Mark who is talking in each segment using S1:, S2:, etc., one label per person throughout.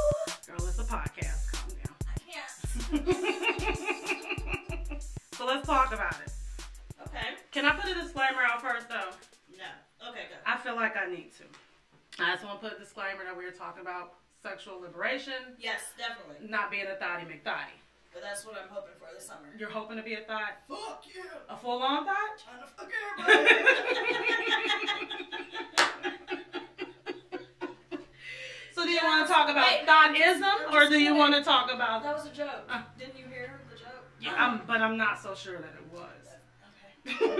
S1: want to put a disclaimer that we are talking about sexual liberation,
S2: Yes, definitely.
S1: not being a thotty McThotty.
S2: But that's what I'm hoping for this summer.
S1: You're hoping to be a thought,
S3: Fuck yeah!
S1: a full on thought?
S3: Trying to fuck everybody!
S1: so do you want to talk about
S2: Wait.
S1: thoughtism or do you want to talk about?
S2: That was a joke.
S1: Uh.
S2: Didn't you hear the joke?
S1: Yeah, I'm, but I'm not so sure that it
S2: Okay.
S1: was.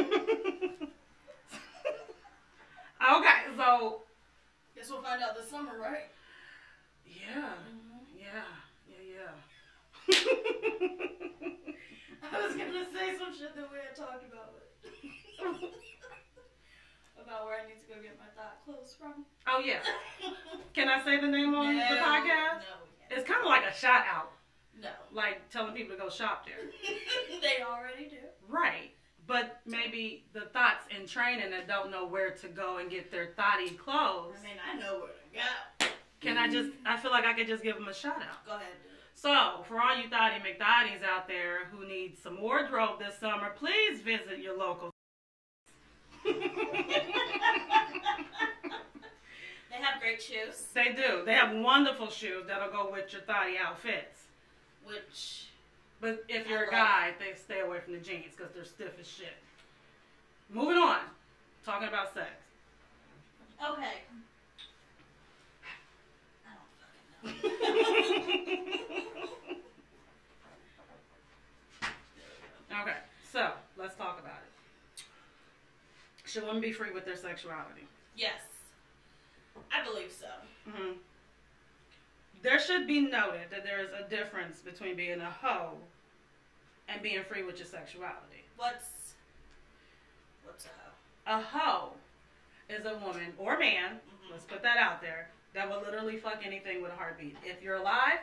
S1: okay, so
S2: Guess we'll find out this summer, right?
S1: yeah,
S2: Mm-hmm.
S1: yeah, yeah, yeah.
S2: I was gonna say some shit that we had talked about. but- about where I need to go get my thought clothes from.
S1: oh yeah. Can I say the name on the podcast?
S2: No, we can't.
S1: It's kind of like a shout out,
S2: no.
S1: like telling people to go shop there.
S2: they already do.
S1: Right. But maybe the thoughts in training that don't know where to go and get their thotty clothes.
S2: I mean, I know where to go.
S1: Can I just, I feel like I could just give them a shout out.
S2: Go ahead. and do it.
S1: So, for all you thotty McDotties out there who need some wardrobe this summer, please visit your local.
S2: They have great shoes,
S1: they do. They have wonderful shoes that'll go with your thotty outfits.
S2: which
S1: But if you're a
S2: love
S1: guy, they stay away from the jeans because they're stiff as shit. Moving on, talking about sex.
S2: okay. oh, I don't fucking know.
S1: okay, so let's talk about it. Should women be free with their sexuality?
S2: Yes, I believe so.
S1: hmm There should be noted that there is a difference between being a hoe and being free with your sexuality.
S2: What's what's a hoe?
S1: A hoe is a woman or man, let's put that out there, that will literally fuck anything with a heartbeat. If you're alive,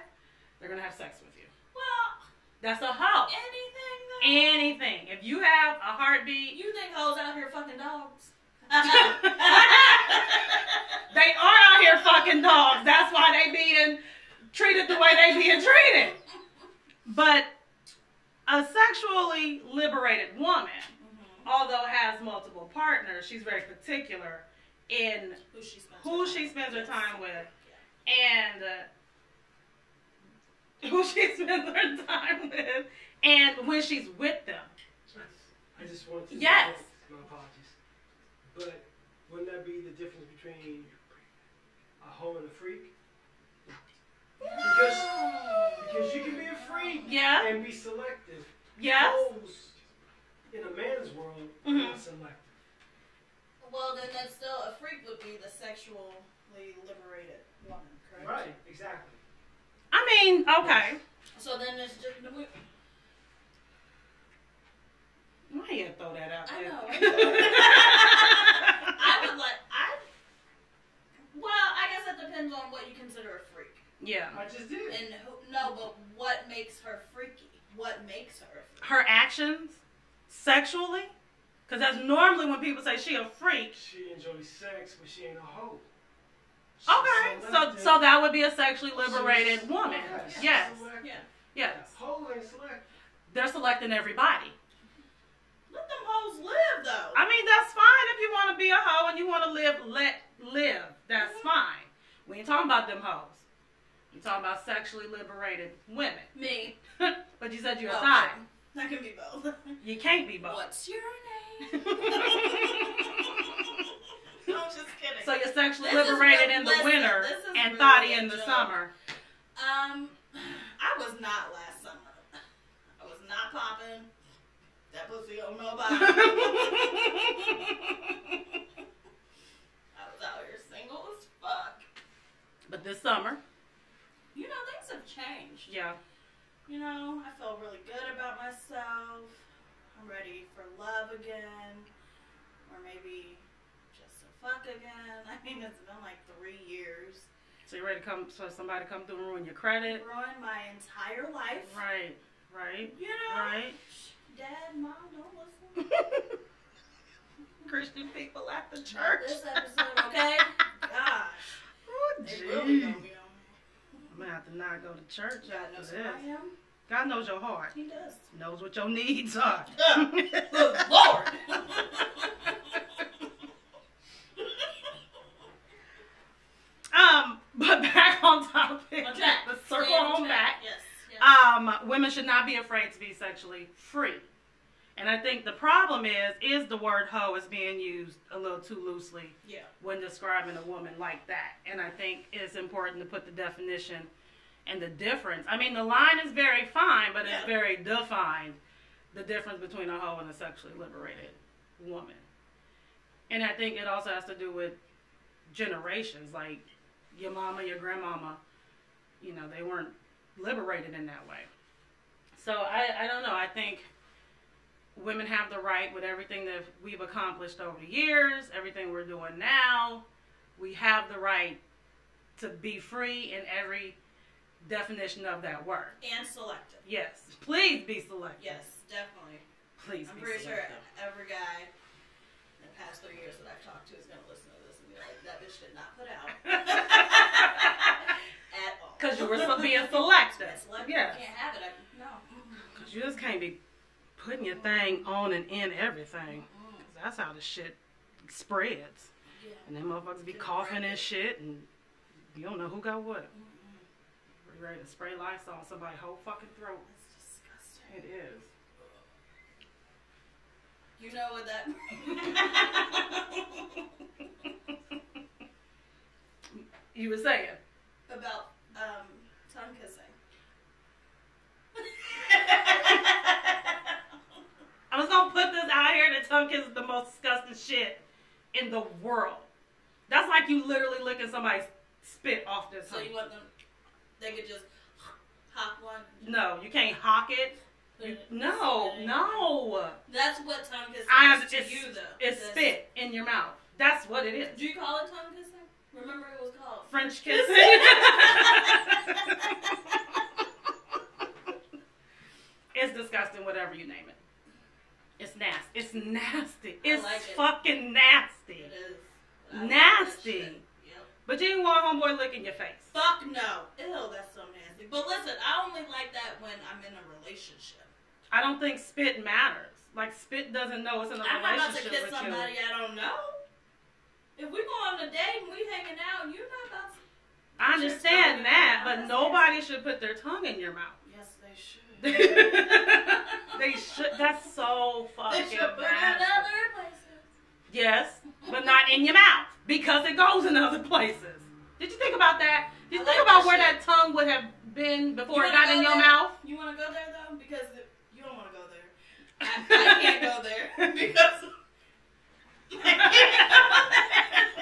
S1: they're gonna have sex with you.
S2: Well,
S1: That's a hoe.
S2: anything. Though.
S1: Anything. If you have a heartbeat,
S2: You think hoes out here fucking dogs?
S1: they are out here fucking dogs. That's why they being treated the way they being treated. But a sexually liberated woman, although has multiple partners, she's very particular in
S2: Who she spends?
S1: who
S2: her
S1: she
S2: time
S1: spends her
S2: with.
S1: time with and uh, who she spends her time with and when she's with them.
S3: I just want to.
S1: Yes.
S3: My apologies. But wouldn't that be the difference between a hoe and a freak? Because because you can be a freak
S1: Yeah,
S3: and be selective.
S1: yes.
S3: Hoes in a man's world are
S1: Mhm.
S3: not selective.
S2: Well, then that's still a freak would be the sexually liberated woman, correct?
S3: Right. Exactly.
S1: I mean, okay.
S2: So then it's just we-
S1: Why you throw that out
S2: I
S1: there?
S2: know, I
S1: I
S2: would like I. Well, I guess that depends on what you consider a freak.
S1: Yeah.
S3: I just did.
S2: And who, no, but what makes her freaky? What makes her? A freak?
S1: Her actions sexually? Because that's normally when people say she a freak.
S3: She enjoys sex, but she ain't a hoe. She's
S1: Okay, so
S3: selective.
S1: so that would be a sexually liberated
S3: She's-
S1: woman.
S3: yeah, she's
S1: Yes,
S3: selective.
S2: Yeah.
S1: yes.
S3: Hoe ain't selective.
S1: They're selecting everybody.
S2: Let them hoes live though.
S1: I mean, that's fine if you want to be a hoe and you want to live, let live. That's
S2: Mhm.
S1: fine. We ain't talking about them hoes. We talking about sexually liberated women.
S2: Me.
S1: but you said you're a
S2: Oh,
S1: thigh.
S2: sorry. That can be both.
S1: You can't be both.
S2: What's your name?
S1: so
S2: I'm just kidding.
S1: you're sexually
S2: This is
S1: liberated
S2: real-
S1: in the
S2: listen,
S1: winter
S2: this is
S1: and
S2: really
S1: thotty
S2: a
S1: in the
S2: joke.
S1: summer.
S2: Um, I was not last summer. I was not popping. That pussy don't know about it. I was out here single as fuck.
S1: but this summer,
S2: You know, things have changed.
S1: yeah.
S2: You know, I feel really good about myself. I'm ready for love again. Or maybe just to fuck again. I mean, it's been like three years.
S1: So you're ready to come, so somebody come through and ruin your credit.
S2: It ruined my entire life.
S1: Right, right,
S2: You know?
S1: right.
S2: Dad, Mom, don't listen.
S1: Christian people at the
S2: Not
S1: church.
S2: This episode, okay? Gosh.
S1: Oh,
S2: They
S1: gee.
S2: really don't be on
S1: I'm gonna have to not go to church
S2: me. God
S1: after
S2: knows
S1: this.
S2: who I am.
S1: God knows your heart.
S2: He does.
S1: Knows what your needs are.
S2: Good Lord.
S1: Um,
S2: Uh,
S1: Um, women should not be afraid to be sexually free. And I think the problem is is the word hoe is being used a little too loosely
S2: Yeah.
S1: when describing a woman like that. And I think it's important to put the definition and the difference. I mean, the line is very fine, but
S2: Yeah.
S1: it's very defined the difference between a hoe and a sexually liberated woman. And I think it also has to do with generations. Like your mama, your grandmama, you know, they weren't liberated in that way. So I, I don't know. I think women have the right with everything that we've accomplished over the years, everything we're doing now. We have the right to be free in every definition of that word.
S2: And selective.
S1: Yes, please be selective.
S2: Yes, definitely.
S1: please
S2: I'm
S1: be
S2: pretty sure
S1: selective.
S2: every guy in the past three years that I've talked to is going to listen to this and be like, that bitch did not put out. At all.
S1: Because you were so being selective.
S2: That's left.
S1: Yes.
S2: You can't have it. I, no.
S1: Because you just can't be putting your thing on and in everything. 'Cause that's how the shit spreads.
S2: Yeah.
S1: And them motherfuckers be coughing and shit, and you don't know who got what.
S2: Mm-hmm.
S1: We ready to spray Lysol on somebody's whole fucking throat.
S2: That's disgusting.
S1: It is.
S2: You know what that
S1: You were saying.
S2: about um, tongue kissing.
S1: I was gonna put this out here that tongue kiss is the most disgusting shit in the world. That's like you literally licking somebody's spit off their
S2: so
S1: tongue.
S2: you want them? They could just hop one.
S1: no, you can't hawk it.
S2: put it-
S1: No,
S2: spit it.
S1: no.
S2: That's what tongue kissing
S1: I
S2: is
S1: have
S2: to
S1: it's,
S2: you, though.
S1: it's
S2: That's-
S1: spit in your mouth. That's what it is.
S2: Do you call it tongue kissing? Remember, it was called.
S1: French kissing. it's disgusting, whatever you name it. It's nasty. It's nasty.
S2: I
S1: It's
S2: like it.
S1: fucking nasty.
S2: It is. I love that
S1: Nasty.
S2: shit. Yep.
S1: But you didn't want homeboy licking your face.
S2: Fuck no. Ew, that's so nasty. But listen, I only like that when I'm in a relationship.
S1: I don't think spit matters. Like spit doesn't know it's in a
S2: I'm not about to
S1: relationship
S2: kiss
S1: with you.
S2: somebody I don't know. If we go on a date and we hanging out, you're not about to.
S1: I
S2: Just don't
S1: understand
S2: do
S1: that, but
S2: that.
S1: nobody should put their tongue in your mouth.
S2: Yes, they should.
S1: they should. That's so fucking.
S2: They should put it in
S1: nasty.
S2: other places.
S1: Yes, but not in your mouth because it goes in other places. Did you think about that? Did you
S2: I like
S1: think about
S2: that
S1: where
S2: shit.
S1: that tongue would have been before
S2: You
S1: it
S2: wanna
S1: got in
S2: go
S1: your
S2: there?
S1: mouth?
S2: You want to go there though, because the, you don't want to go there. I, I can't go there because. I can't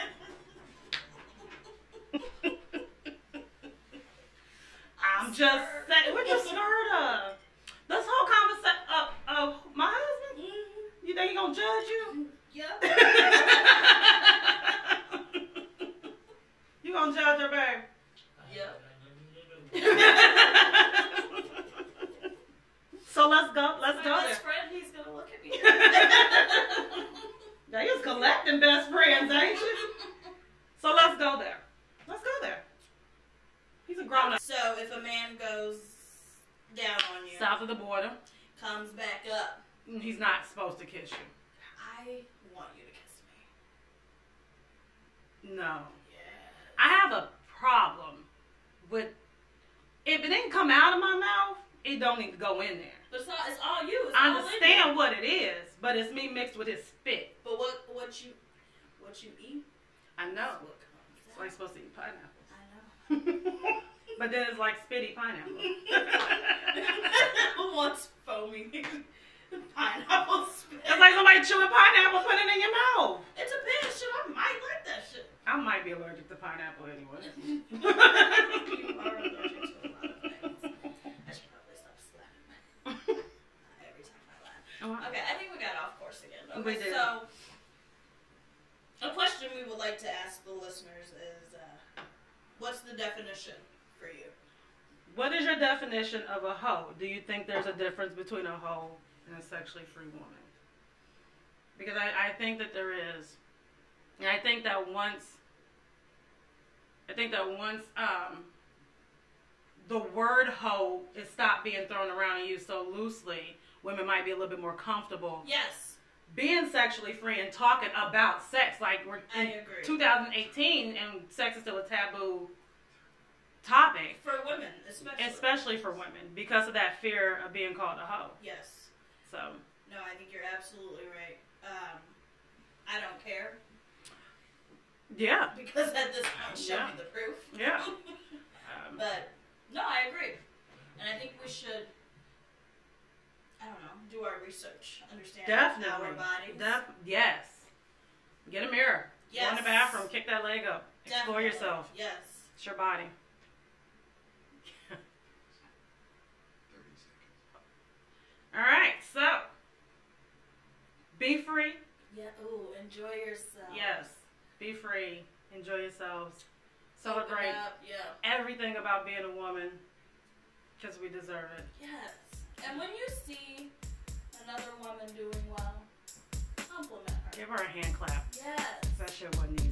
S2: go
S1: I'm just
S2: Stirred.
S1: saying. What you stirred up? This whole conversation of uh, of my husband.
S2: there. Mhm.
S1: You think he gonna judge you?
S2: Yep.
S1: You gonna judge her, babe? so let's go. Let's go
S2: My
S1: there.
S2: best friend, he's gonna look at me.
S1: They is collecting best friends, ain't you? So let's go there. Let's go there. He's a grown up.
S2: so if a man goes down on you,
S1: South of the border,
S2: comes back up,
S1: he's not supposed to kiss you.
S2: I want you to kiss me.
S1: No,
S2: Yeah.
S1: I have a problem with if it didn't come out of my mouth, it don't need to go in there.
S2: But it's all, it's all you. It's
S1: I
S2: all in you.
S1: understand what it is, but it's me mixed with his spit.
S2: But what what you what you eat?
S1: I know.
S2: is What
S1: That's why you're
S2: comes out.
S1: supposed to eat pineapple.
S2: I know.
S1: but then it's like spitty pineapple.
S2: What's foamy pineapple spit?
S1: it's like somebody chewing pineapple, put it in your mouth.
S2: It depends. Shit, I might like that shit.
S1: I might be allergic to pineapple anyway.
S2: you are allergic to a lot of things. I should probably stop slapping my every time I laugh. Okay, I think we got off course again. Okay,
S1: We did.
S2: So, a question we would like to ask the listeners is, uh, what's the definition for you?
S1: What is your definition of a hoe? Do you think there's a difference between a hoe and a sexually free woman? Because I, I think that there is. And I think that once I think that once um the word hoe is stopped being thrown around and used so loosely, women might be a little bit more comfortable
S2: Yes.
S1: being sexually free and talking about sex. Like we're
S2: I
S1: in
S2: agree.
S1: 2018 and sex is still a taboo topic,
S2: For women, especially.
S1: especially for women, because of that fear of being called a hoe.
S2: Yes.
S1: So
S2: No, I think you're absolutely right. Um, I don't care
S1: yeah,
S2: because at this point, show
S1: Yeah.
S2: me the proof.
S1: Yeah. um,
S2: but no, I agree, and I think we should. I don't know. Do our research. Understand
S1: definitely.
S2: our bodies.
S1: Def- yes. Get a mirror. Go in
S2: Yes.
S1: the bathroom. Kick that leg up. Explore
S2: Definitely.
S1: yourself.
S2: Yes.
S1: It's your body.
S4: Thirty seconds.
S1: All right. So be free.
S2: Yeah. Ooh, enjoy yourself.
S1: Yes. Be free. Enjoy yourselves.
S2: Open
S1: Celebrate
S2: up, Yeah.
S1: everything about being a woman because we deserve it.
S2: Yes. And when you see another woman doing well, compliment her.
S1: Give her a hand clap.
S2: Yes.
S1: That shit wasn't easy.